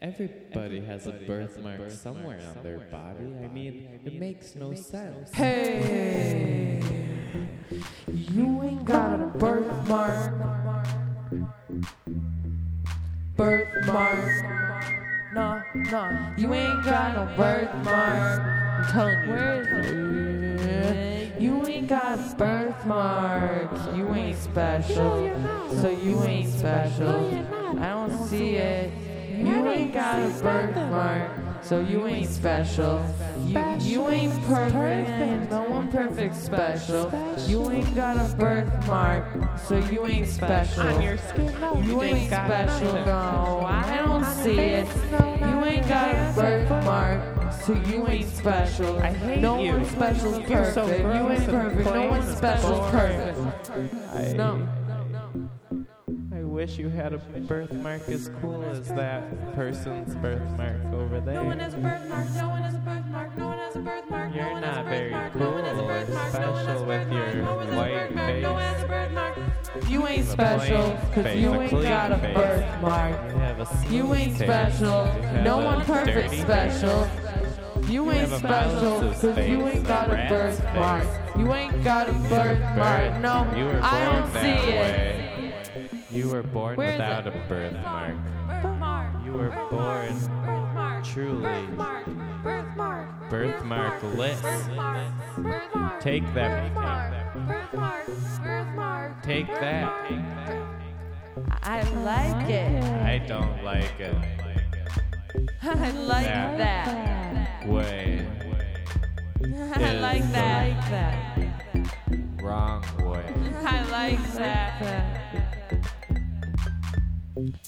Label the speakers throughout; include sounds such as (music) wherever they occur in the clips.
Speaker 1: Everybody has a birthmark somewhere on their body. I mean, it makes no sense.
Speaker 2: Hey, you ain't got a birthmark. Birthmark. Nah, nah, you ain't got no birthmark. I'm telling you. Where is You ain't got a birthmark. You ain't special. So you ain't special. I don't see it. You ain't got a birthmark. So you ain't special. You, you ain't perfect. and No one perfect special. You ain't got a birthmark. So you ain't special.
Speaker 3: On your skin, no,
Speaker 2: You ain't special, no. I don't see it. You ain't got a birthmark, so you ain't special. I
Speaker 3: hate
Speaker 2: no
Speaker 3: you.
Speaker 2: No one's special is
Speaker 3: You're so
Speaker 2: perfect. you
Speaker 3: gross
Speaker 2: ain't
Speaker 3: and
Speaker 2: perfect. No
Speaker 3: plain
Speaker 2: one's
Speaker 3: and
Speaker 2: special is
Speaker 3: boring.
Speaker 2: perfect. No.
Speaker 3: I wish you had a birthmark as cool as that person's birthmark over there.
Speaker 4: No one has a birthmark. No one has a birthmark. No one has a birthmark. no
Speaker 3: You're
Speaker 4: one has a
Speaker 3: not very
Speaker 4: birthmark,
Speaker 3: cool
Speaker 4: no one has a
Speaker 3: or
Speaker 4: birthmark, no one has
Speaker 3: special
Speaker 4: a
Speaker 3: with
Speaker 4: birthmark,
Speaker 3: your
Speaker 4: no one has a
Speaker 3: white
Speaker 4: birthmark, No one
Speaker 3: face.
Speaker 4: has a birthmark.
Speaker 2: You ain't special, cause
Speaker 3: face,
Speaker 2: you
Speaker 3: a
Speaker 2: ain't
Speaker 3: clean
Speaker 2: got a
Speaker 3: face.
Speaker 2: birthmark.
Speaker 3: You have a sneeze
Speaker 2: You ain't
Speaker 3: there.
Speaker 2: special.
Speaker 3: You have
Speaker 2: No
Speaker 3: a
Speaker 2: one perfect
Speaker 3: dirty
Speaker 2: special. You ain't
Speaker 3: have a
Speaker 2: special,
Speaker 3: mouse's
Speaker 2: cause you
Speaker 3: face,
Speaker 2: ain't
Speaker 3: a
Speaker 2: got a
Speaker 3: rat's
Speaker 2: birthmark. You ain't got a birthmark.
Speaker 3: birth.
Speaker 2: No,
Speaker 3: you were born
Speaker 2: I don't
Speaker 3: that
Speaker 2: see it.
Speaker 4: (laughs)
Speaker 3: way. You were born
Speaker 2: Where is
Speaker 3: without
Speaker 2: it?
Speaker 3: a birthmark.
Speaker 4: Birthmark.
Speaker 3: You were
Speaker 4: Birthmark.
Speaker 3: born
Speaker 4: Birthmark.
Speaker 3: truly.
Speaker 4: Birthmark. Birthmark.
Speaker 3: Birthmarkless.
Speaker 4: Birthmark. Birthmark.
Speaker 3: Take that.
Speaker 4: Birthmark. Birthmark. Birthmark.
Speaker 3: Take that.
Speaker 4: Birthmark.
Speaker 2: I like
Speaker 4: (laughs)
Speaker 2: it.
Speaker 3: I don't like it.
Speaker 2: I like
Speaker 3: Yeah.
Speaker 2: that.
Speaker 3: Way.
Speaker 2: I like that.
Speaker 3: Wrong way.
Speaker 2: I like that.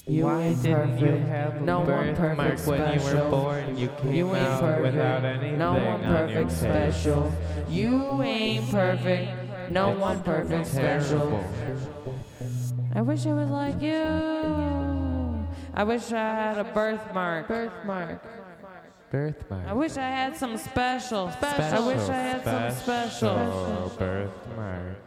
Speaker 2: You
Speaker 3: Why
Speaker 2: ain't
Speaker 3: didn't you
Speaker 2: perfect.
Speaker 3: have
Speaker 2: no
Speaker 3: a
Speaker 2: one
Speaker 3: birthmark
Speaker 2: perfect
Speaker 3: when you were
Speaker 2: special.
Speaker 3: born? You came
Speaker 2: You ain't
Speaker 3: out
Speaker 2: perfect.
Speaker 3: without anything
Speaker 2: no one
Speaker 3: on your
Speaker 2: perfect
Speaker 3: face.
Speaker 2: special. You ain't perfect. No
Speaker 3: It's
Speaker 2: one perfect
Speaker 3: terrible.
Speaker 2: special. I wish I was like you. I wish I had a birthmark. Birthmark. I
Speaker 3: Birthmark.
Speaker 2: wish I had some special.
Speaker 3: Special.
Speaker 2: I wish I had some special.
Speaker 3: Birthmark.